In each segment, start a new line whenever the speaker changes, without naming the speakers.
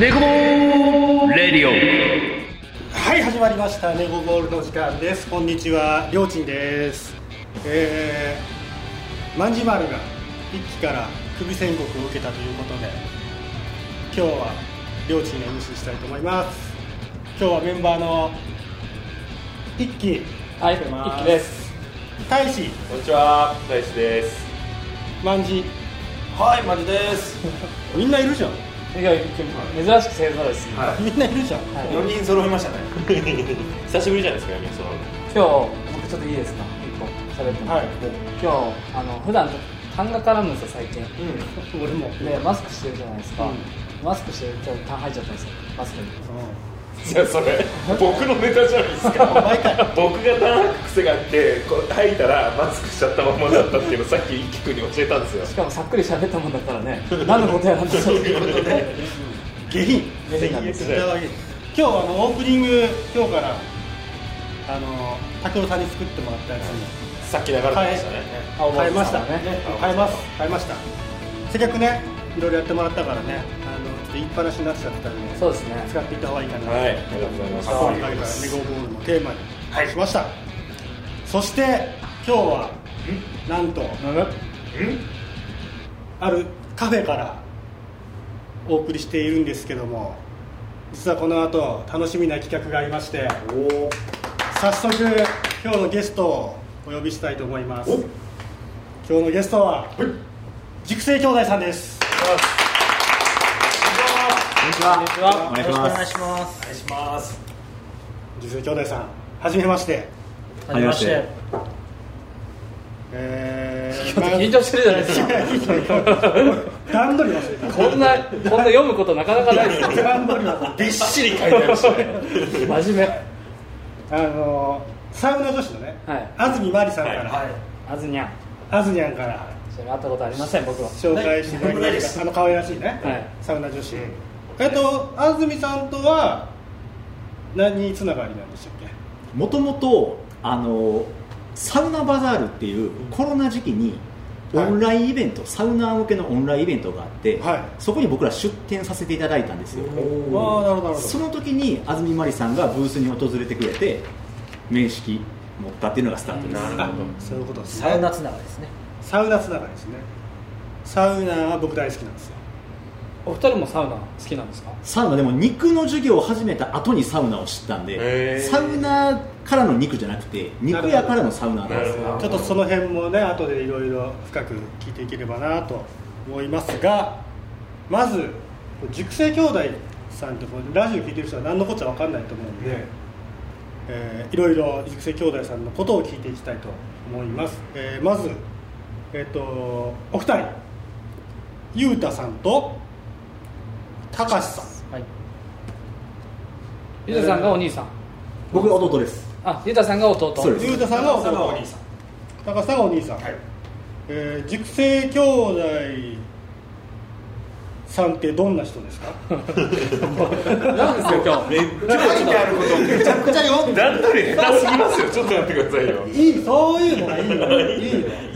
ネコボーレディオ
はい始まりましたネゴボールの時間ですこんにちはりょうちんですえー、万事丸が一期から首宣告を受けたということで今日はりょうちんが MC したいと思います今日はメンバーの一期
はい、
ます
一気です。
大使
こんにちは、大志です。
万事
はい、マジです。
みんないるじゃん
いや、珍しく正座ですね。
みんないるじゃん
はい
4人揃いましたね久しぶりじゃないですか4人揃うの
今日、僕ちょっといいですか、一個喋っても。
はい
今日、あの、普段、痰が絡むんですよ、最近。
俺も、
で、マスクしてるじゃないですか。
うん
マスクして、ちょっと痰入っちゃったんですよ、マスクに。
う
じゃあそれ僕のネタじゃないですか
ん、毎回
僕がたらく癖があってこう吐いたらマスクしちゃったままだったっていうのをさっき一輝君に教えたんですよ
しかも、さっくり喋ったもんだから ね、何のことやらんでしょう。
下品
下品なんです
いただき今日あのオープニング今日からあの拓郎さんに作ってもらったやつに
さっき流れてましたね、
青
変
森
えまし
さ
た
んのね
変えます変えましたせっかくねいろいろやってもらったからねあのちょっと言いっぱなしになっちゃったんで
そうですね。
使っていった方がいいかな
はいありがとうございました
今回からネゴボールのテーマにしました、そして今日はなんとあるカフェからお送りしているんですけども実はこの後楽しみな企画がありまして早速今日のゲストをお呼びしたいと思います今日のゲストは、熟成兄弟さんです
は
お願いしますお願いします
お願いします
熟成兄弟さんはじめまして
はじめまして。
えー
ちょっと緊張してるじゃな いですか。
段取り忘れ た
こんな、こんな読むことなかなかないですよ。
段取り忘れた
びっしり書いてありましたね
真面目。
あのサウナ女子のね、
はい
安住まりさんから、
はい
あずにゃん。
あずにゃんから
それ会ったことありません、僕は。
紹介していただきましたあの可愛らしいね、
はい
サウナ女子、えっと安住さんとは何つながりなんでしたっけ
もともとあのサウナバザールっていうコロナ時期にオ
はい
ンラインイベント、サウナー向けのオンラインイベントがあって、
はい
そこに僕ら出展させていただいたんですよ
ああなるほどなるほ
そ
ど
の時に安住まりさんがブースに訪れてくれて面識持ったっていうのがスタートです
なるほど
そういうことですね
サウナつながりですね
サウナつながりですねサウナは僕大好きなんですよ
お二人もサウナ好きなんですか
サウナでも肉の授業を始めた後にサウナを知ったん
へ
で
ー
サウナからの肉じゃなくて肉屋からのサウナなん
な
で
る
す
ほど
ちょっとその辺もね後でいろいろ深く聞いていければなと思いますがまず熟成兄弟さんってこうラジオ聞いてる人は何のこっちゃ分かんないと思うんで、えーいろいろ熟成兄弟さんのことを聞いていきたいと思います、えーまず、えっとお二人ゆうたさんとたかしさん
はい
ゆうたさんがお兄さん
僕が弟です
あゆうたさんが弟
そうです
ゆうたさんがお兄さんたかしさんがお兄さん、えー熟成兄弟さんってどんな人ですか
なんですよ今日
書いてあることめちゃくちゃ読ん で段取り下手すぎますよちょっと待ってくださいよ
いいそういうのがいいよいいよ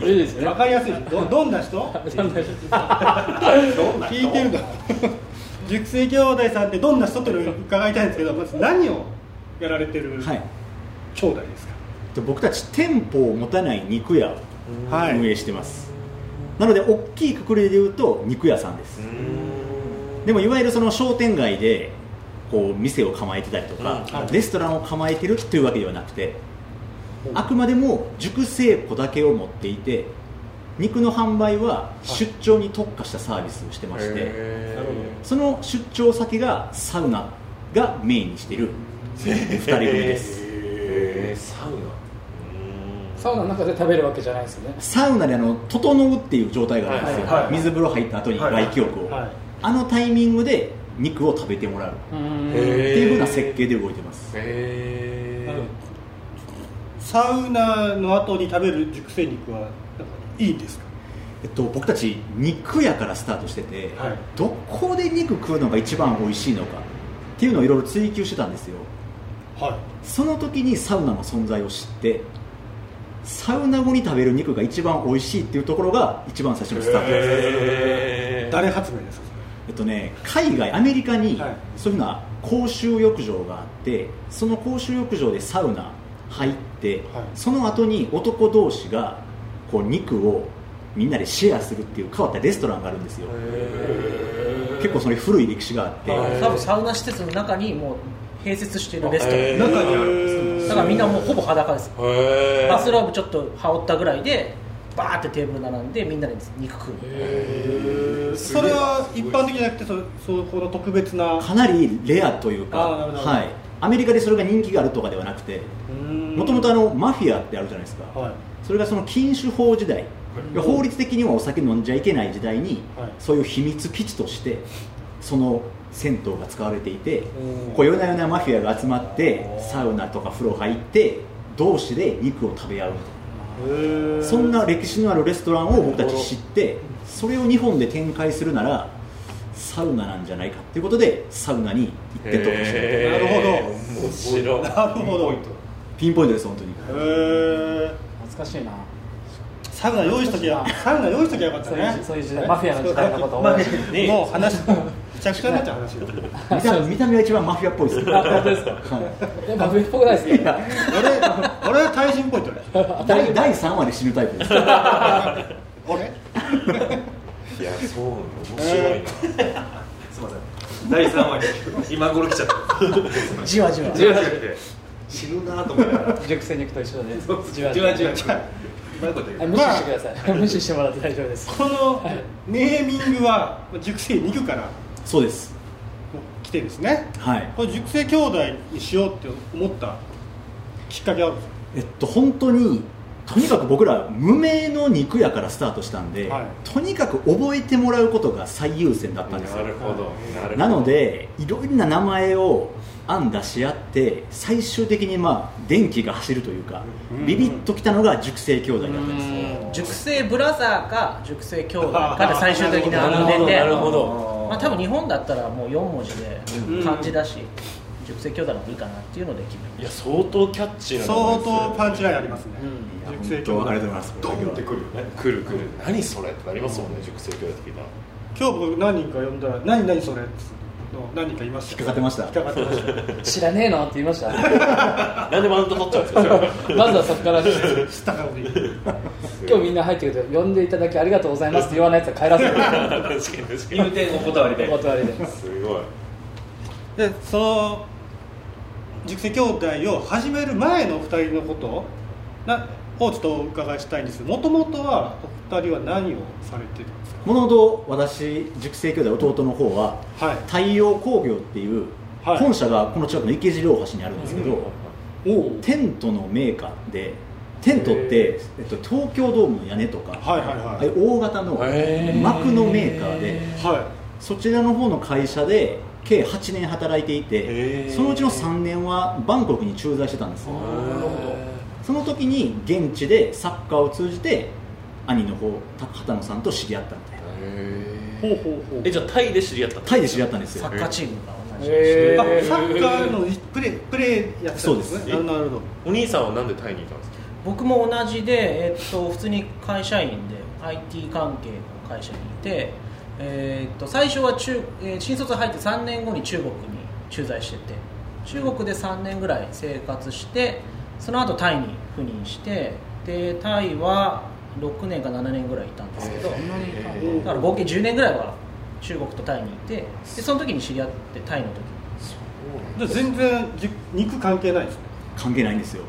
いいですね
わかりやすいどどんな人聞いてるだ熟成兄弟さんってどんな人っていうのを伺いたいんですけどまず何をやられてる
はい
兄弟ですか
で僕たち店舗を持たない肉屋を
はい
運営してます、なので大きいくくりで言うと肉屋さんですでもいわゆるその商店街でこう店を構えてたりとか、
うんはい
レストランを構えてるっていうわけではなくてあくまでも熟成庫だけを持っていて肉の販売は出張に特化したサービスをしてまして、
へー
その出張先がサウナがメインにしてる2人組です
へーサウナ
サウナの中で食べるわけじゃないですよね
サウナであの整うっていう状態があるんですよ、
はいはい
水風呂入った後に外気浴を、
はい
あのタイミングで肉を食べてもらうっ
うー
へ
ん
ー
ていうふうな設計で動いてます、
へー
サウナの後に食べる熟成肉はなんかいいんですか
えっと、僕たち肉屋からスタートしてて、
はい
どこで肉食うのが一番美味しいのかっていうのをいろいろ追求してたんですよ
はい
その時にサウナの存在を知ってサウナ後に食べる肉が一番美味しいっていうところが一番最初のスタートです、
へー
誰発明ですか
えっとね、海外アメリカに
はい
そういうふうな公衆浴場があってその公衆浴場でサウナ入って、
はい
その後に男同士がこう肉をみんなでシェアするっていう変わったレストランがあるんですよ結構それ古い歴史があって、
はい
多分サウナ施設の中にもう併設してるレストラン、
へー
中にあるんです
だからみんなもうほぼ裸です
へ
バスローブちょっと羽織ったぐらいでバーってテーブル並んでみんなで肉食う
それは一般的じゃなくてそそこの特別な
かなりレアというか、
あーなるほど
はい、アメリカでそれが人気があるとかではなくても
も
ともとマフィアってあるじゃないですか、
はい
それがその禁酒法時代、
はい
法律的にはお酒飲んじゃいけない時代に、
はい
そういう秘密基地としてその銭湯が使われていて
うん
こう夜な夜なマフィアが集まってサウナとか風呂入って同士で肉を食べ合うみたいなそんな歴史のあるレストランを僕たち知ってそれを日本で展開するならサウナなんじゃないかっていうことでサウナに行ってとかして
なるほど
面白い
なるほどへ
ピンポイントです本当に
え
懐かしいな
サウナ用意しときゃサウナ用意しときゃよかったね
そういう時代マフィアの時代のことを
マフィアもう話めちゃくちゃになっちゃう話が
見た見た目が一番マフィアっぽいですね
あ本当ですかやっぱ上っぽくないです
い
か
や
俺俺は対人ポイントね
第第3話で死ぬタイプです
俺
いやそう面白いな
すみません第3話に今頃来ちゃった
じわじわ
じわじわで死ぬなと思ったら
熟成肉と一緒で
じわじわじわじわうまいこと言う
あ無視してください、無視してもらって大丈夫です
このネーミングは熟成肉から
そうです
来てるんですね
はい
これ熟成兄弟にしようって思ったきっかけあるんです
えっと本当にとにかく僕ら無名の肉屋からスタートしたんで、
はい
とにかく覚えてもらうことが最優先だったんです
な
よ
るほどなるほど
なのでいろんな名前を案出し合って最終的にまあ電気が走るというか、
うん
ビビッときたのが熟成兄弟だったんです、
熟成ブラザーか熟成兄弟かで最終的に並 んでて
なるほど
まあ、多分日本だったらもう4文字で
うん
漢字だし、熟成兄弟の方がいいかなっていうので決めま
いや相当キャッチーな
相当パンチラインありますね、
いや
熟成兄
本当
弟
ありがとうございます
ドンってくるよね
来る来る何それってなりますもんね熟成教育的な
今日僕何人か呼んだら「何何それ」の何人かいました
引っかかってました
引っかかってました
知らねえのって言いました
なんでマウント取っちゃうんですかそれは
まずはそこから今
知った顔で
日みんな入ってくると呼んでいただきありがとうございますって言わないやつは帰らせる
確かに確か
入店お断りで
お断りで
にすごい
でその熟成兄弟を始める前のお二人のことなをちょっとお伺いしたいんですけどもともとはお二人は何をされてるんです
もともと私熟成兄弟弟の方は
かはい
太陽工業っていう
はい
本社がこの近くの池尻大橋にあるんですけど、
おお
テントのメーカーでテントって、えっと、東京ドームの屋根とか、
はいはいはい
ああいう大型の
へー
幕のメーカーで
は
そちらの方の会社で計8年働いてい
へ
て
ー
そのうちの3年はバンコクに駐在してたんですよその時に現地でサッカーを通じて兄の方た畑野さんと知り合ったみたいな
いうほうほうほう
えじゃあタイで知り合ったの
タイで知り合ったんです
す
よ
サッカーチームが同じ、
へ
あサッカーのプレープレーやってたんです
そう
ね
です
なるほど
お兄さんはなんでタイにいたんですか
僕も同じで、えっと普通に会社員で IT 関係の会社にいて、えっと最初は中、えー新卒入って3年後に中国に駐在してて中国で3年ぐらい生活してその後タイに赴任してでタイは6年か7年ぐらいいたんですけど、だから合計10年ぐらいは中国とタイにいてでその時に知り合ってタイの時に
じゃあ全然じ肉関係ないですね
関係ないんですよ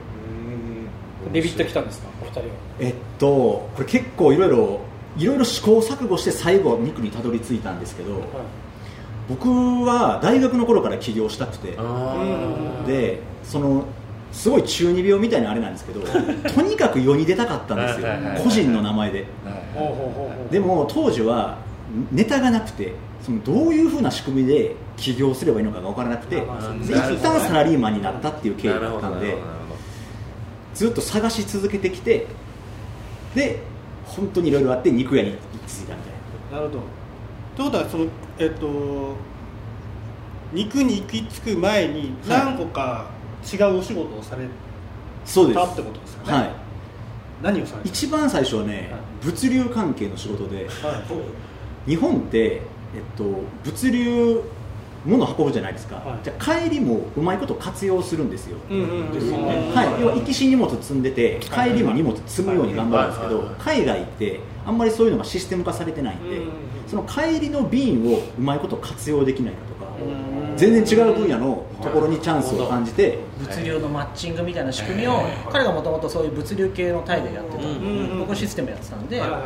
ビビってきたんですかお二人は
えっとこれ結構いろいろいろいろ試行錯誤して最後肉にたどり着いたんですけど、僕は大学の頃から起業したくてでそのすごい中二病みたいなあれなんですけ どとにかく世に出たかったんですよ
はいはいはいはい
個人の名前で
ほうほうほうほう
でも当時はネタがなくてそのどういうふうな仕組みで起業すればいいのかが分からなくて、
まあまあ
で
なるほどね
一旦サラリーマンになったっていう経緯だったんでずっと探し続けてきてで本当にいろいろあって肉屋に行き着いたみたいな
なるほどということはそのえっと肉に行き着く前に
はい
何個か違うお仕事をされ
そうです
たってことですよね、
はい
何をされた
一番最初はね、
はい
物流関係の仕事で
はい
日本ってえっと、物流物を運ぶじゃないですか、
はい
じゃあ帰りもうまいこと活用するんですよ、
うんうんうん
ですよね
はい、要は行きし荷物積んでて帰りも荷物積むように頑張るんですけど海外ってあんまりそういうのがシステム化されてないんで
うん
その帰りの便をうまいこと活用できないかとか全然違う分野のところにチャンスを感じて
物流のマッチングみたいな仕組みを彼がもともとそういう物流系のタイでやってた
うん
うん
僕システムやってたんで
はいはい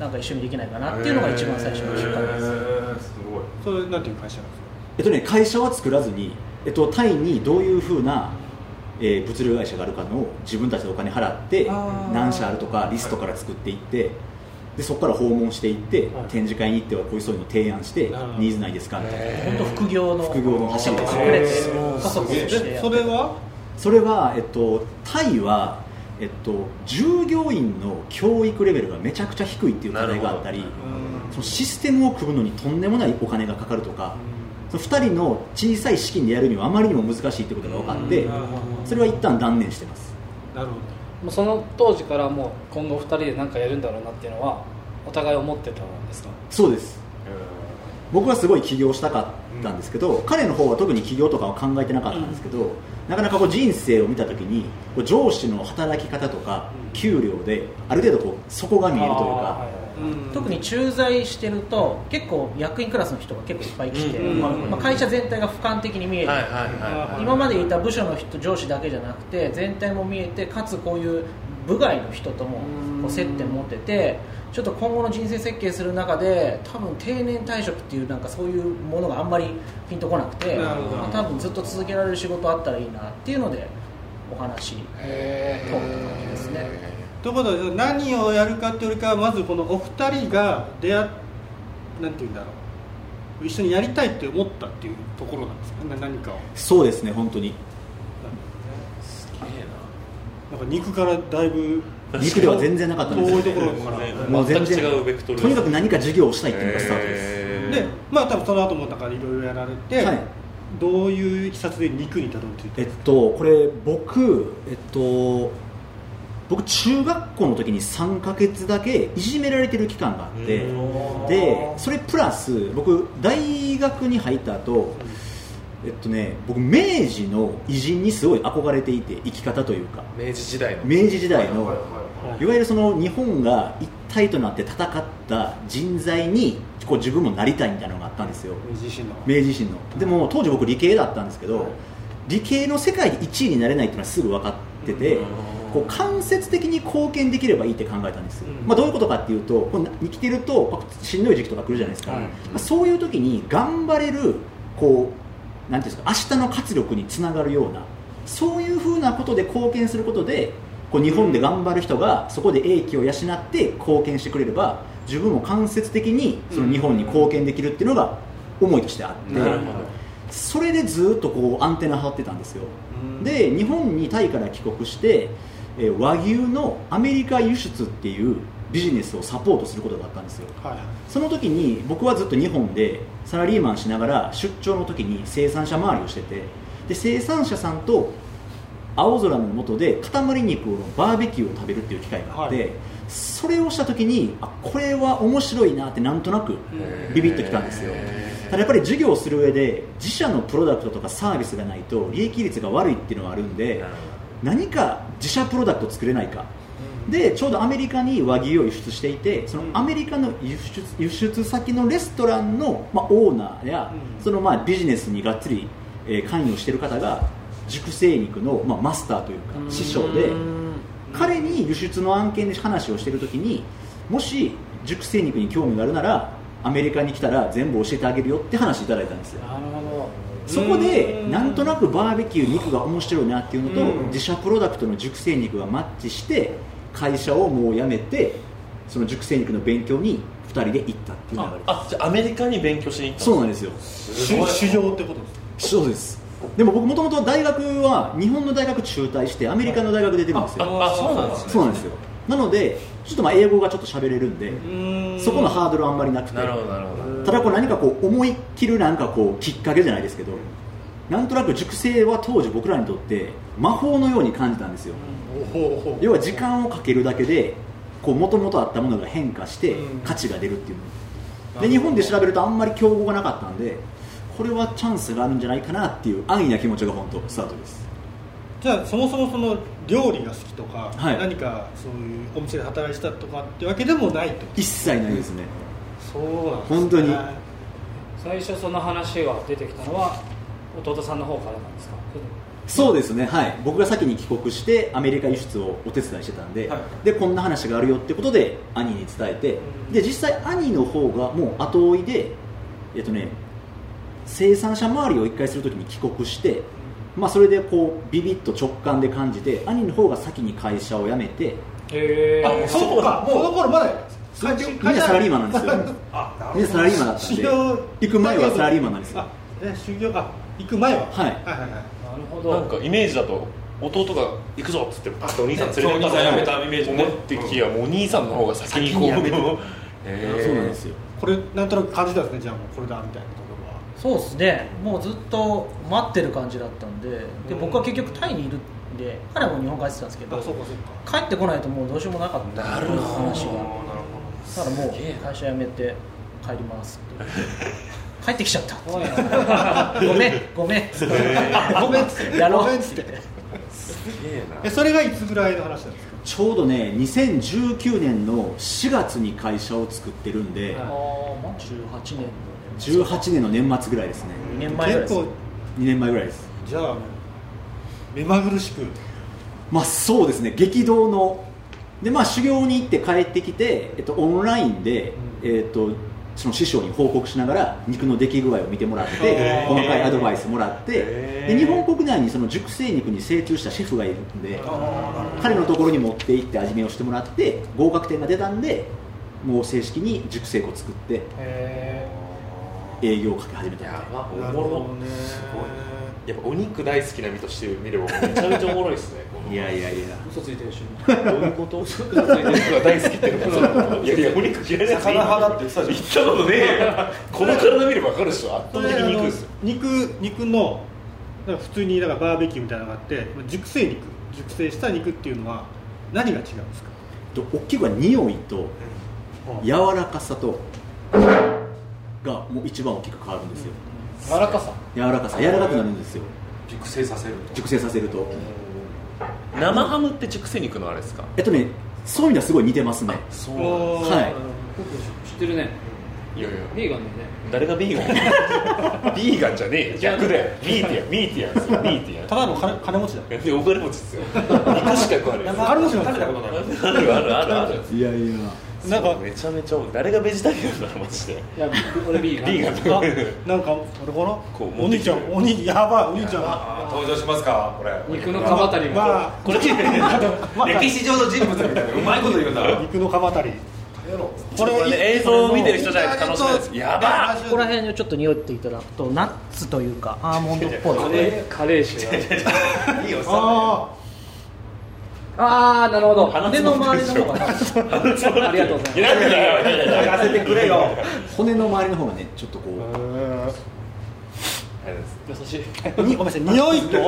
な
は
んか一緒にできないかなっていうのが一番最初の瞬間です
すごい
いそれなんていう会社なんですか
えっとね、会社は作らずに、えっと、タイにどういうふうな、えー物流会社があるかのを自分たちでお金払って何社あるとかリストから作っていってでそこから訪問していって、
はい
展示会に行ってはこういうそういうのを提案して
なるほど
ニーズないですかみたいな、
本当副業の
副業の走りです
隠
ね
れて
へー
こそこそ
す
して
え
や
それは
それは、えっと、タイは、えっと、従業員の教育レベルがめちゃくちゃ低いっていう課題があったりそのシステムを組むのにとんでもないお金がかかるとか、その2人の小さい資金でやるにはあまりにも難しいってことが分かって、それは一旦断念してます
なるほ
もうその当時からもう今後2人で何かやるんだろうなっていうのはお互い思ってたんですか
そうです僕はすごい起業したかったんですけど、彼の方は特に起業とかは考えてなかったんですけど、なかなかこう人生を見た時にこう上司の働き方とか給料である程度こう底が見えるというか、
ど、うん
特に駐在してると結構役員クラスの人が結構いっぱい来て、
うん
まあ、会社全体が俯瞰的に見える、
はいはいはい
今までいた部署の人上司だけじゃなくて全体も見えてかつこういう部外の人ともこう接点持っててちょっと今後の人生設計する中で多分定年退職っていうなんかそういうものがあんまりピンとこなくて
なるほど
まあ多分ずっと続けられる仕事あったらいいなっていうのでお話
へ
通った感じですね。
ということで何をやるかっていうよりかはまずこのお二人が出会っなんていうんだろう一緒にやりたいって思ったっていうところなんですかねな何かを
そうですね本当に
なんか肉からだいぶ
肉では全然なかったんです
遠い
よ
ところから
もう全
全く
然
違うベクトル
とにかく何か事業をしたいっていうのがスタートです、
え
でまあ多分その後もだからいろいろやられて、
はい
どういういきさつで肉にたどり着いた
えっとこれ僕えっと僕中学校の時に3ヶ月だけいじめられてる期間があってでそれプラス僕大学に入った後えっとね僕明治の偉人にすごい憧れていて生き方というか
明治時代の
明治時代の、
はい
いわゆるその日本が一体となって戦った人材にこう自分もなりたいみたいなのがあったんですよ
明治維新の
明治維新のでも当時僕理系だったんですけど理系の世界で1位になれないっていうのはすぐ分かっててこう間接的に貢献できればいいって考えたんですよ、
うん
まあ、どういうことかっていうとこうな生きてるとまあしんどい時期とか来るじゃないですか、
はい
まあ、そういう時に頑張れるこうなんていうんですか明日の活力につながるようなそういうふうなことで貢献することでこう日本で頑張る人がそこで英気を養って貢献してくれれば自分も間接的にその日本に貢献できるっていうのが思いとしてあって、
なるほど
それでずっとこうアンテナ張ってたんですよ
うん
で日本にタイから帰国して、えー和牛のアメリカ輸出っていうビジネスをサポートすることがあったんですよ
はい
その時に僕はずっと日本でサラリーマンしながら出張の時に生産者回りをしててで生産者さんと青空の下で塊肉のバーベキューを食べるっていう機会があって、
はい
それをした時にあこれは面白いなってなんとなくビビッときたんですよただやっぱり事業をする上で自社のプロダクトとかサービスがないと利益率が悪いっていうのはあるんで何か自社プロダクトを作れないかでちょうどアメリカに和牛を輸出していてそのアメリカの輸出輸出先のレストランの、まあ、オーナーや、
うん
そのまあビジネスにがっつり、えー関与している方が熟成肉の、まあ、マスターというか師匠で彼に輸出の案件で話をしている時にもし熟成肉に興味があるならアメリカに来たら全部教えてあげるよって話いただいたんですよ
なるほ
そこで
うん
なんとなくバーベキュー肉が面白いなっていうのと
うん
自社プロダクトの熟成肉がマッチして会社をもう辞めてその熟成肉の勉強に2人で行ったっていう流れです
あじゃあアメリカに勉強しに行った
そうなんですよ
修修行ってことですか
そうですでも僕もともと大学は日本の大学中退してアメリカの大学出てるんですよ
ああそうなんですね
そうなんですよなのでちょっとまあ英語がちょっと喋れるんで
うん
そこのハードルはあんまりなくて
なるほどなるほど
ただこう何かこう思いっきるなんかこうきっかけじゃないですけどなんとなく熟成は当時僕らにとって魔法のように感じたんですよ要は時間をかけるだけでもともとあったものが変化して
うん
価値が出るっていうで日本で調べるとあんまり競合がなかったんでこれはチャンスがあるんじゃないかなっていう安易な気持ちが本当スタートです
じゃあそもそもその料理が好きとか、
はい
何かそういうお店で働いてたとかってわけでもないと
一切ないですね
そうなんです
本当に
最初その話が出てきたのは弟さんの方からなんですか
そうですねはい僕が先に帰国してアメリカ輸出をお手伝いしてたんで,、でこんな話があるよってことで兄に伝えてで実際兄の方がもう後追いでえっとね生産者周りを一回するときに帰国して、まあ、それでこうビビッと直感で感じて兄の方が先に会社を辞めて
へえ
あそうかその頃まだ
みんなサラリーマンなんですよみんなサラリーマンだったん
修
で
行
行く前はサラリーマンなんですよ
あえ修行あ行く前は
はい
はいはいはい
なるほど
なんかイメージだと弟が行くぞっつってパッとお兄さん連れて
そうお兄さん辞めたイメージね
思ってきやもうお兄さんの方が先にこう
先に辞めて
えー
そうなんですよ
これなんとなく感じたんですねじゃあもうこれだみたいなところは
そうですねもうずっと待ってる感じだったんでで僕は結局タイにいるんで彼も日本帰ってたんですけど
あそうかそうか
帰ってこないともうどうしようもなかったなる話がだからもう会社辞めて帰りますって帰ってきちゃった
怖いな
ごめんごめん
ごめんっつって
やろう
ごめんっつってえそれがいつぐらいの話なんですか
ちょうどね2019年の4月に会社を作ってるんで、
あーマジ
18年の
18年の年末ぐらいですね
2年前ぐらいです
結構
2年前ぐらいです
じゃあもう目まぐるしく
まあそうですね激動のでまあ修行に行って帰ってきて、えっと、オンラインで、えっとその師匠に報告しながら肉の出来具合を見てもらって
へー
細かいアドバイスもらってで日本国内にその熟成肉に精通したシェフがいるんで彼のところに持って行って味見をしてもらって合格点が出たんでもう正式に熟成庫作って
へ
営業をかけ始めた
や
んで
ばお
なる
も
ほ
ろ
どね
すごいやっぱお肉大好きな身として見ればめちゃめちゃおもろいですねこの
いやいやいや
ー嘘ついてるし
ど ういうこと嘘ついてる人が大好きっていうのもいやいやお肉嫌いなやつ
魚派だって言ってた
言
じ
ったことねえよこの体見れば分かるでしょ圧
そ
倒
れ
的
であ
に肉
の
ですよ
肉肉のなんか普通にだからバーベキューみたいなのがあって熟成肉熟成した肉っていうのは何が違うんですか
と大きくは匂いと柔らかさとがもう一番大きく変わるんですよ
柔らかさ
柔らかさ柔らかくなるんですよ
ゃん熟成させると
熟成させると
生ハムって熟成肉のあれですか
えっとねそういう意味ではすごい似てますね
そう
おー
はい
知ってるね
いやいや
ビーガンだよね
誰がビーガンビーガンじゃねえ逆だよミーティアンミーティアンですよミーティアン
ただの金金持ちだ
でお金持ちですよ肉しか食わないです
金持ちなん
食
で
べ
す
たこと
よ
ない
あるあるあるある
いやいや
なん
そ
か
うめちゃめちゃ多い誰がベジタリアンなのマジで
いや俺ビーガン
ビーガン
あなんか俺この
こう
お
持って
兄
き
ち
て
ゃ
く
ん
れる
お兄やばいお兄ちゃん
あー登場しますかこれ
肉の鎌足りも、
まあ
これ
歴史上の人物みたいなうまいこと言うな
肉の鎌足り
これね映像を見てる人じゃないと楽しめないですやばっ
ここら辺をちょっと匂っていただくとナッツというかアーモンドっぽい
カレーカレー酒が
いいよ
あ
ああなるほど
骨の周りの方がナッツ
ありがとうございます
なんだよ
やらせてくれよ
骨の周りの方がねちょっとこ
あ
優しい
にごめんなさい匂い と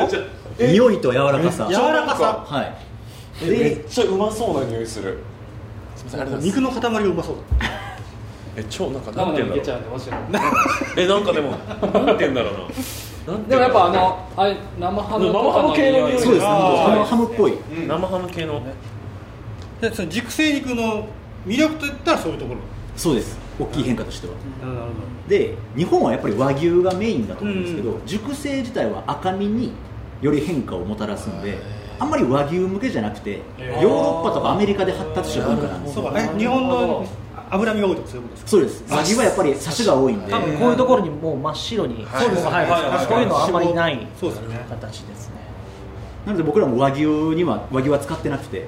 う匂いと柔らかさ
柔らかさ
はい
め
で
っちゃうまそうな匂いするすみませんありがとうございます
肉の塊がうまそう
え超なんかな
生
んて
で
言
も
う
い
ん
けち
だろ
ゃうんでもちろん
うえなんかでもなんて言うんだろうななんて
で
言
も
うんだ
やっ
ろ
ぱ
う
あのあれ生ハムとか
生ハム系の匂い
そうですね
あー
ハムハムっぽい
生ハム系の
でその熟成肉の魅力といったらそういうところ
そうです大きい変化としては
なるほど
で日本はやっぱり和牛がメインだと思うんですけど、熟成自体は赤身により変化をもたらすんであんまり和牛向けじゃなくてヨーロッパとかアメリカで発達した文化なんです
そう
よ
かね日本の脂身が多いとかそういうことですか
そうです和牛はやっぱりサシが多いんで
多分こういうところにもう真っ白に
はい
脂肪が入るんです
はい
けどこういうのはあんまりない
そうですね
形ですね
なので僕らも和牛には和牛は使ってなくて、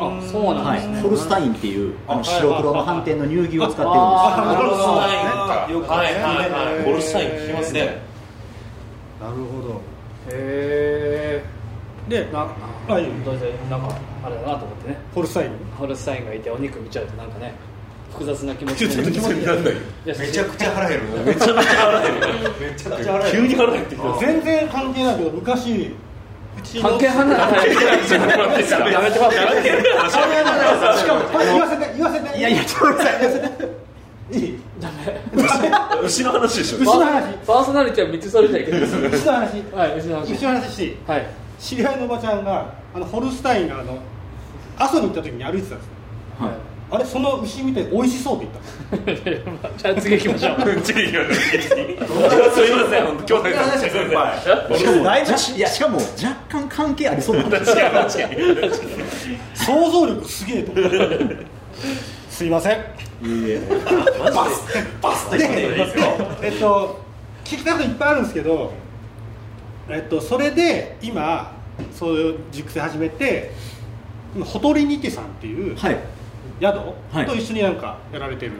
あそうなん
は
ですね、
い、ホルスタインっていうあの白黒の斑点の乳牛を使ってるんです
あなるほど
ホルスタイン
なんか
よくね
はいはいはいホルスタイン聞きますね
ね
なるほど
へ
で
えな
あいい
どうせなんかあれだなと思ってね
ホルスタイン
ホルスタインがいてお肉見ちゃうとなんかね複雑な気持ち
ちょっと気持ち悪 い
い
ない
め
や
ちゃくちゃ腹減るな
めちゃめちゃ腹減る
めちゃくちゃ腹減る
急に腹減ってきた
全然関係ないけど昔うちの
関係離れないやめてますや
あいや
めて
いやいやしかもこれ言わせて言わせて
いやいやちょっと待ってください
いい
ダメ
牛の話でしょ
牛の話
パーソナリティは3つそれじゃいけないです
牛の話
はい牛の話
牛の話していい
はい
知り合いのおばちゃんがあのホルスタインがあの阿蘇に行った時に歩いてたんですよ
はい
あれその牛見て美味しそうって言ったんです
じゃあ次行きましょう
次行きましょう次すいません本当兄弟さん
話
すい
先
ま
輩
しかもじゃいやしかも若干関係ありそうな話
せん違う確かに
想像力すげえと思ってすいません
いえいえ
パスパスって
で
言っていいですか
えっと聞きたいこといっぱいあるんですけどえっとそれで今そういう熟成始めて今ほとりにてさんっていう宿
はいはい
と一緒になんかやられてる、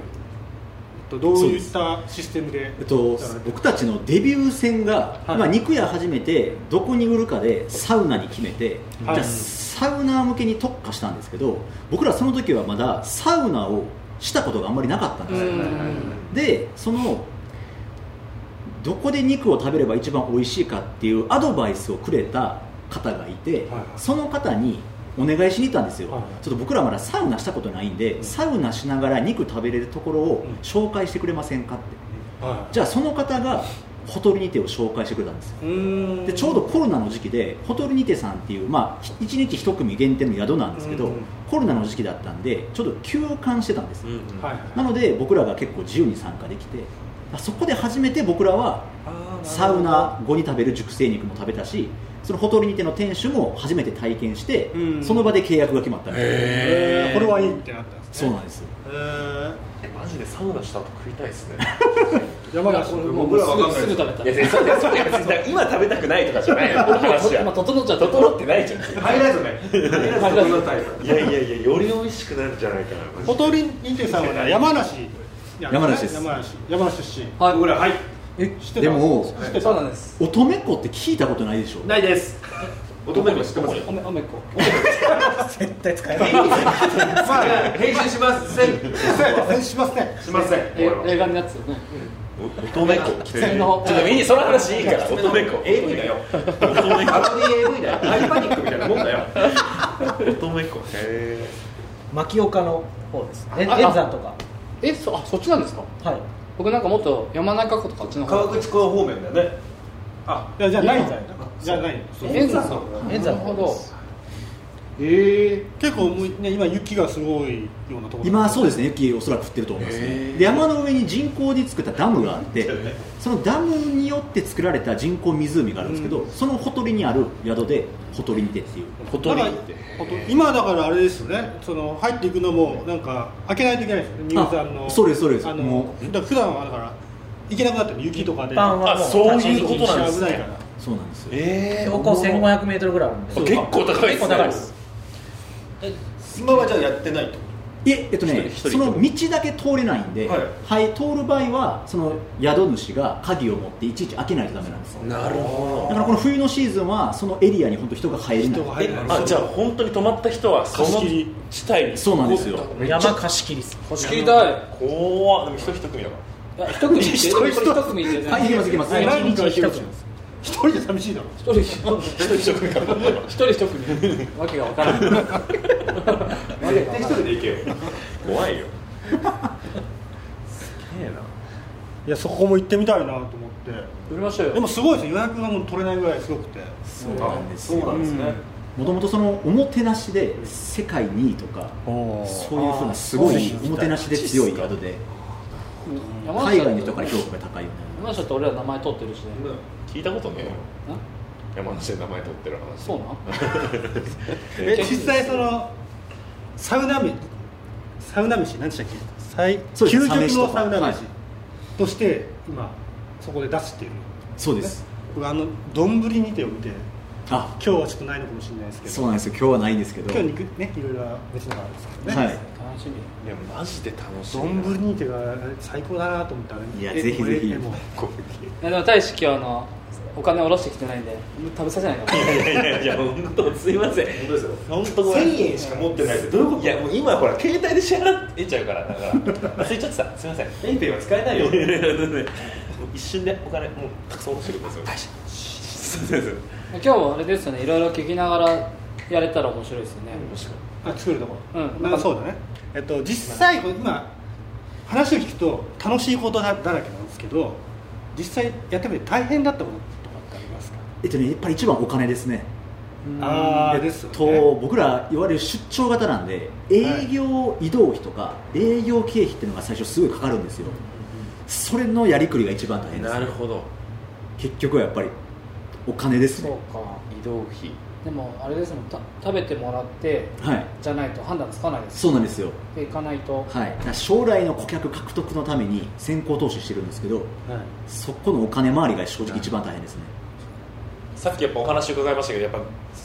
えっと、どういったシステムで
えっと、僕たちのデビュー戦が、
はい
まあ、肉屋始めてどこに売るかでサウナに決めて、
はい
じゃあサウナー向けに特化したんですけど僕らその時はまだサウナをしたことがあんまりなかったんですよでそのどこで肉を食べれば一番美味しいかっていうアドバイスをくれた方がいて、
はい
その方にお願いしに行ったんですよ、
はい
ちょっと僕らまだサウナしたことないんで、サウナしながら肉食べれるところを紹介してくれませんかって、
はい
じゃあその方がホトルニテを紹介してくれたんですよ
うーん
でちょうどコロナの時期でホトルニテさんっていう、まあ、1日1組限定の宿なんですけど、
うんうん
コロナの時期だったんでちょっと休館してたんです、
はい
なので僕らが結構自由に参加できてあそこで初めて僕らはサウナ後に食べる熟成肉も食べたしそのホトルニテの店主も初めて体験して、
うん
その場で契約が決まったんです
えーこれはいいってなったんですね
そうなんです
えー
マジでサウナした後食いたいですね
山梨
もう
の
もう
僕らわかんない
すぐすぐ食べた
いや別にそうですよ別に今食べたくないとかじゃないよこの話
今
は
整っちゃった
整ってないじゃん
ハイライトねハイライトのタイプ
いやいやいやより美味しくなるんじゃないかなマジ
ほとりにてさんはね山梨
山梨です
山梨山梨出身
はい
僕らはい
知ってた
でも
知って
そう
た
なんです
乙女っ子って聞いたことないでしょ
ないです
男の子知ってますよ
おめおめっこ
絶対使えない
まあ編集しますせん
しません
しません
え映画のやつよね
乙女子き
つねの方
ちょっとみんなその話いいから乙女子
AV だよアロディ AV だよハイパニックみたいなもんだよ
乙女子へ
牧岡の方ですねえ
ああ
円山とか
えそあそっちなんですか
はい
僕なんかもっと山中湖とかあっちの
川
方
口港方面だよねあ
いやじゃあないんじゃない
いいん
じゃあない
円山さん
円
なる
山の
ほ
方
ど
です
え
結構もうね今雪がすごいようなところ
今そうですすね雪おそらく降ってると思いますねで山の上に人工で作ったダムがあってそのダムによって作られた人工湖があるんですけど、そのほとりにある宿でほとりにてっていう
ほとりって
今だからあれですよねその入っていくのもなんか開けないといけないですよね入山の
あそうですそうです
あの
も
だから普段はだから行けなくなっても雪とかで
一般は
あそう
立ち入
いう
り
こ
禁
と
止
なんで
危
す
ない
ね
から
そうなんですよ
え
標高1 5 0 0ルぐらいあるんで
あ結構高いですね
結構高いです
今はじゃあやってないと
いええっとね
一人一人
その道だけ通れないんで、
は
はいい通る場合はその宿主が鍵を持っていちいち開けないとダメなんですよだ
なるほ
からこの冬のシーズンはそのエリアに本当人が入れない
人が入
え
る
あじゃあ本当に泊まった人はその
貸し
地
切り
帯に
そうなんですよ
山貸し切りっす
貸し切りたい
怖っでも人一組だから
いや一組一
人
組一組じゃ
は
ない
い行
一
きます
は
行きます、
い
はい
毎日は一口なんです一人じゃ寂しいだろ
人一組
人一組か
一人一組わけがわからない
絶対一人で行けよ
怖いよすげえない
やそこも行ってみたいなと思って
売りましょうよ
でもすごいですよ予約がもう取れないぐらいすごくて
そうなんです
そう
よ
なんですね
もともとそのおもてなしで世界2位とかそういうふうなすごいおもてなしで強い宿で
山
海
下
外の人から評価が高いよね
山下って俺ら名前取ってるしね
聞いたことねえよ
な
山梨で名前取ってる話
そう なん
え実際そのサウナ飯サウナ飯何でしたっけ最
そうです
究極のサウナ
はい
飯として今そこで出してる
そうです
僕あの丼にてを見て
あ
今日はちょっとないのかもしれないですけ
そ
ど
うなんですよ今日はないんですけど
今日肉ねいろいろ別のがあるんですけどね
はい
楽しみ
いやマジで楽しい
丼にてが最高だなと思ったら
いやぜひぜひ
いやでも大志今日あのお金下ろしてきてないんで食べさせない から
いやいやいや本当すいません
本当ですよ
本当ごめん
1000円しか持ってないってどういうこと
いやもう今ほら携帯で支払えちゃうからだから忘れちゃってたすいません
ペイペイは使えないよ
一瞬でお金もうたくさん落としてくださいそうです
今日はあれですよねいろいろ聞きながらやれたら面白いですよね
あ作るとこ
うん
まあそうだねえっと実際こう今話を聞くと楽しいことだだらけなんですけど実際やってみて大変だったこととかってありますか
えっとねやっぱり一番お金ですね
ああ
え
で
っ
すよね
と僕らいわゆる出張型なんで営業移動費とか営業経費っていうのが最初すごいかかるんですよそれのやりくりが一番大変です、
なるほど
結局はやっぱりお金です
そう
ね
か
移動費
でもあれですもんた食べてもらって
はい
じゃないと判断つかないです
そうなんですよ
で行かないと
はい、だから将来の顧客獲得のために先行投資してるんですけど
はい
そこのお金回りが正直一番大変ですね、
さっきやっぱお話伺いましたけどやっぱ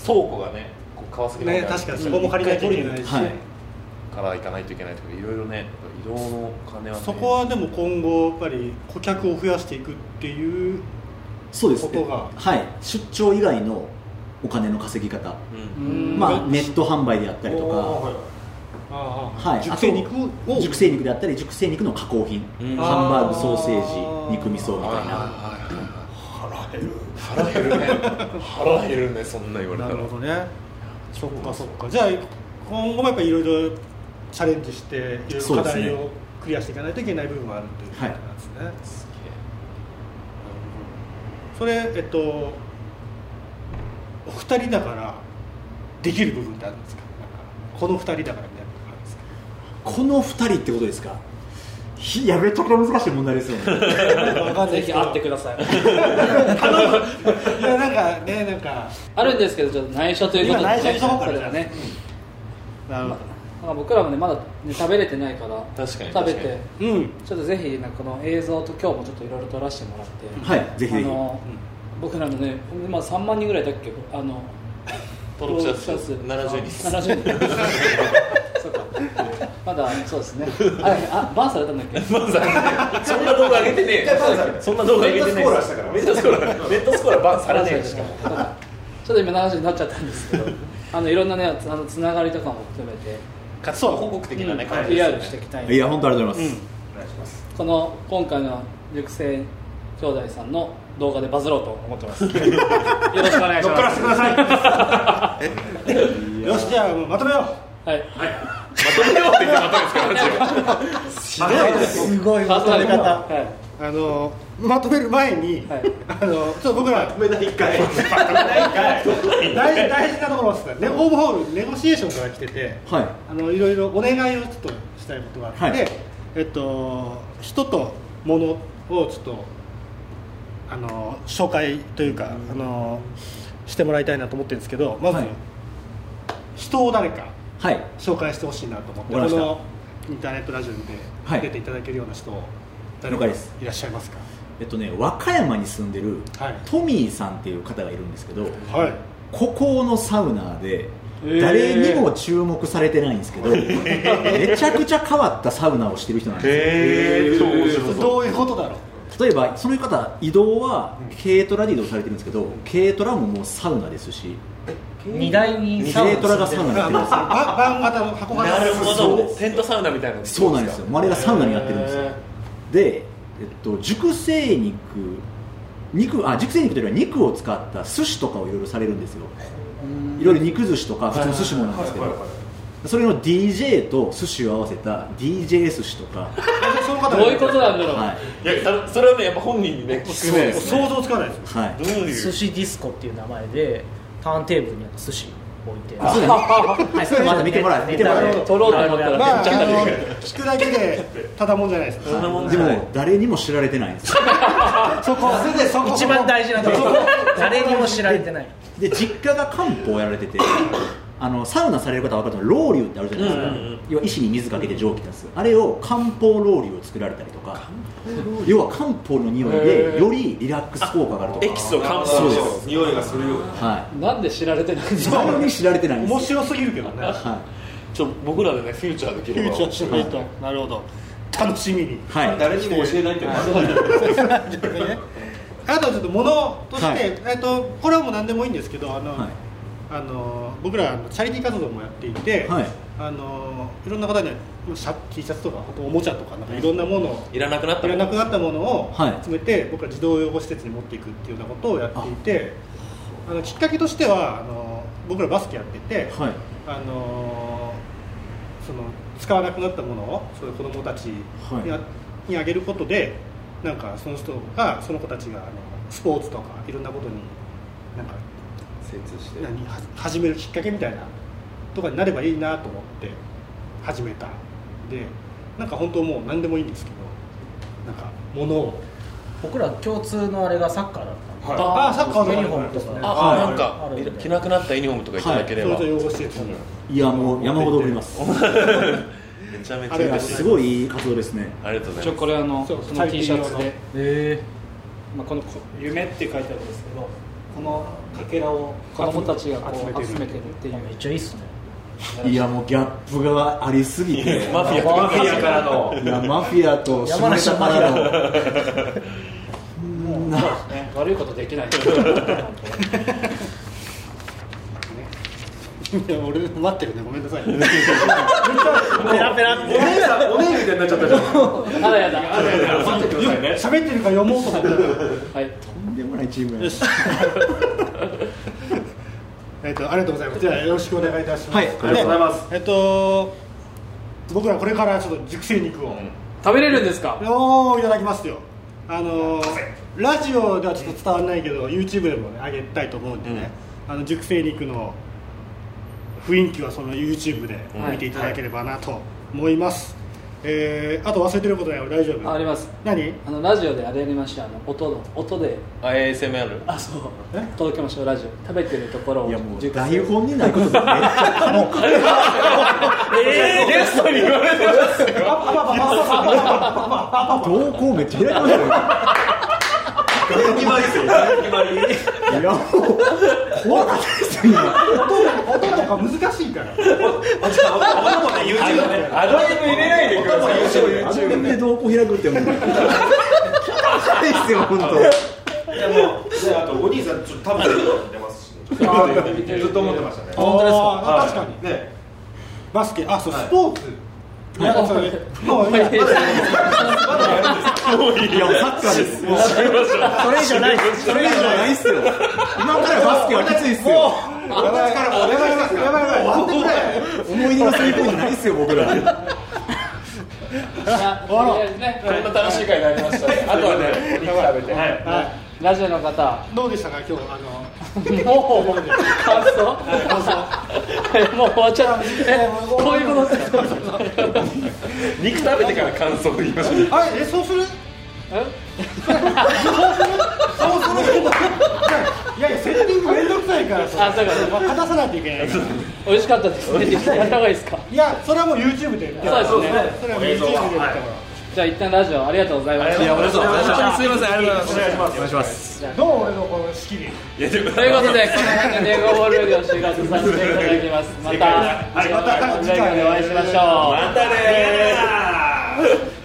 倉庫がねこう川崎の方にあ
ね
る
確かにそこも借りないといけないし、
はい
から行かないといけないとかいろいろね移動のお金は、ね、
そこはでも今後やっぱり顧客を増やしていくっていう
そうです
ことが
はい、出張以外のお金の稼ぎ方、
うん
うん
まあ、ネット販売であったりと
おー
か、
はい
はい、
熟成肉
あ
を
と熟成肉であったり熟成肉の加工品、
うん
ハンバー
あー
グソーセージ肉味噌みたいな
腹減る腹減るね腹減るねそんな言われた
な
ら
るほどねそっかそっかじゃあ今後もやっぱりいろいろチャレンジしていろいろ
そ
課
うですね
題をクリアしていかないといけない部分があるということなんですね、それえっとお二人だからできる部分ってあるんですかなんかこの二人だからみたいなのがあるんですか
この2人ってことですかひやめちゃくちゃ難しい問題ですよね
ぜひ会ってください
いやなんかねなんか
あるんですけどちょっと内緒ということで
今内緒にしとこうか
それはね
なるほ
なんか僕らもねまだ、ね、食べれてないから
確かに
食べ
確か
て
どうん
ちょっとぜひなんかこの映像と今日もちょっといろいろ撮らせてもらって
はいぜひぜひ
あの僕らのね今3万人ぐらいだっけあの
登録者数
登
70人
70人 そうかまだそうですねああバーンされたんだっけ
そんな動画上げてねえそんな動画上げてねえネットスコーラネットスコーラバンされねえしかも
そうかちょっと今の話になっちゃったんですけどあのいろんなねつあのつながりとかも含めて
活動報告的なね
うん
感じですよ
PR
ね
していきたい
いや本当ありがとうございます、
この今回の熟成兄弟さんの動画でバズろうと思ってますよろしくお願いし
乗っからせ
ます
てくださいよしじゃあもうまとめよう
はい
すごいまとめ
パーソナリティ
方
はい
あのまとめる前に、
はい
あのちょっと僕らまとめないかい大事大事なところですねネオーブホールネゴシエーションから来てて
はい
あのいろいろお願いをちょっとしたいことがあって、
はい
えっと人と物をちょっとあの紹介というか、あのしてもらいたいなと思ってるんですけどまず、
はい
人を誰か
はい
紹介してほしいなと思って
わか
こ
りました
のインターネットラジオで
はい
出ていただけるような人を誰
了
か
解
い
です
らっしゃいますか
えっとね和歌山に住んでる
はい
トミーさんっていう方がいるんですけど、
はい
ここのサウナーで
ー
誰にも注目されてないんで すけど、めちゃくちゃ変わったサウナをしてる人なんですよ、
えー超面白そう
どういうことだろう
例えばその方移動は軽トラで移動されてるんですけど軽トラももうサウナですし
荷台にサウナ
軽トラがサウナになってるんですよ
ば晩型の箱型
なるほ
そ
ど
うです
テントサウナみたいなの
そうなんですよあれがサウナになってるんですよ
へ
で、えっと、熟成肉肉あ熟成肉というよりは肉を使った寿司とかをいろいろされるんですよいろいろ肉寿司とか普通の寿司もなんですけどそれの DJ と寿司を合わせた DJ 寿司とか、
その方が
どういうことなんだろう、
はい
いやそそれはねやっぱ本人にね聞くね
想像つかないです
はい、
どういう
寿司ディスコっていう名前でターンテーブルにあった寿司置いて
あそうだね、はい、それまた見てもらえ見てもらえ
ネタを取ろうと思ったら
まああ
めっちゃ
の聞くだけでただもんじゃないです
んなもん
で
じゃない
も誰にも知られてないんですよ
そこそれでそこ
一番大事なところ誰にも知られてない
で実家が漢方をやられててあのサウナされる方は分かると思うロウリュってあるじゃないですか、要は石に水かけて蒸気出すあれを漢方ロウリュを作られたりとか要は漢方の匂いでよりリラックス効果があるとか
エキスを乾燥
そうで
匂いがするよう
すは
なんで知られてないんで
い
すか
誰に知られてないんです
面
よ
白すぎるけどね
は
ちょ僕らでねフューチャーでき
フュ
れ
ー
ば
チャーしないとなるほど楽しみに
い、はい
に誰にも教えないってこと
あとはちょっと物として、
はい
えっとこれはもう何でもいいんですけどあの、
はい
あの僕らあのチャリティー活動もやっていて、
はい
あのいろんな方にシャ T シャツとかほんとおもちゃとかなんかいろんなものを
いらなくなっ
い
た
ら
ら
なくなったものを
はい
集めて、僕は児童養護施設に持っていくっていうようなことをやっていてあのきっかけとしてはあの僕らバスケやってて、
はい
あのその使わなくなったものをそういう子供たちにあ,、
は
にあげることでなんかその人がその子たちがあのスポーツとかいろんなことになんか
精通して
何は始めるきっかけみたいなとかになればいいなと思って始めたでなんか本当もう何でもいいんですけどなんか物を
僕ら共通のあれがサッカーだったんで
はい
ああサッカーの
ユニフォームと
ね
か
ああ、なん
あ
か
るんで
着なくなったユニフォームとかいただけ
そ
れ
れ
ば、
と養護施設に
いやもう山ほど売ります
めちゃめちゃ
あれが
いや
嬉しい
すごいいい活動ですね
ありがとうご
一
ざい
応
ま
これあの
そう
その T シャツ
チャリティー用の
で
え
まあ、このこ「夢」って書いてあるんですけどこのかけらを子供たちがこう集
集
め
め
てるっていう
えめっちゃいいっすね
いやもうギャップがありすぎて
す。マフィアと
マ
か。
フィアからの
いやマフィアと下ネタからのこんな
ね悪いことできない
いや俺待ってるねごめんなさい
ペラペラって
おねえみたいになっちゃったじゃん
まだやだ
待ってくださいね
喋ってるから読もうと思ったら
はい
とんでもないチームや
よしえっとありがとうございますじゃあよろしくお願いいたします
はいあり
がとうございます
でえっと僕らこれからちょっと熟成肉を、
食べれるんですか
おーいただきますよあのーラジオではちょっと伝わらないけど YouTube でもね上げたいと思うんでね、あの熟成肉の雰囲気はその YouTube で見ていただければなと思います、えーあと忘れてることないよ大丈夫
ああります
何
あのラジオであれやりましたあの音の音です
あ ASMR。
あそう届けましょうラジオ食べてるところを
いやもう
熟成
台本にないことでめっちゃ
えー、ゲストに言われてますよ。
投稿めっちゃ開きました
決まりですよ決まり
よいやもう怖かったですよ今
音とか難しいから
音もね YouTube ね
アドリブ入れないでください。
あの辺で投稿開くってもう汚いですよ本当
いやもうじゃああとお兄さんちょっと多分出ますしねずっと思ってましたね
本当ですか確かに
ね
バスケあそう、
はい
スポーツなんかそれもういいや
いやもうサッカーですもうそれ以上ないそれ以上ないっすよ今からバスケはきついっすよ
やばいからもうやばいやばいやばいやばい終わってくれ
思い出のスリーポイントないっすよ僕ら
あとりあえずね
こんな楽しい会になりましたね。あとはね、お肉食べて。はい。
はい
ラジオの方
どうでしたか今日あの
もう感想もう終わっちゃうえこういうことですか
肉食べてから感想を言いましょう。
あえそうするそうするいやいやセッティングめんどくさいからさ
あそうかそうか
勝たさないといけないから
美味しかったですねやった方がいいですか
いやそれはもう YouTube で
そうですね
それはもう YouTube でやったか
じゃあ一旦ラジオありがとうございました
いや、俺そう。本当にすいません。ありがとうございます。
らどう俺のこの仕切り
いや、でも、
ということで、この辺でネゴボールよりを収録させていただきます。また、
いまた
次回でお会いしましょう。
またねー。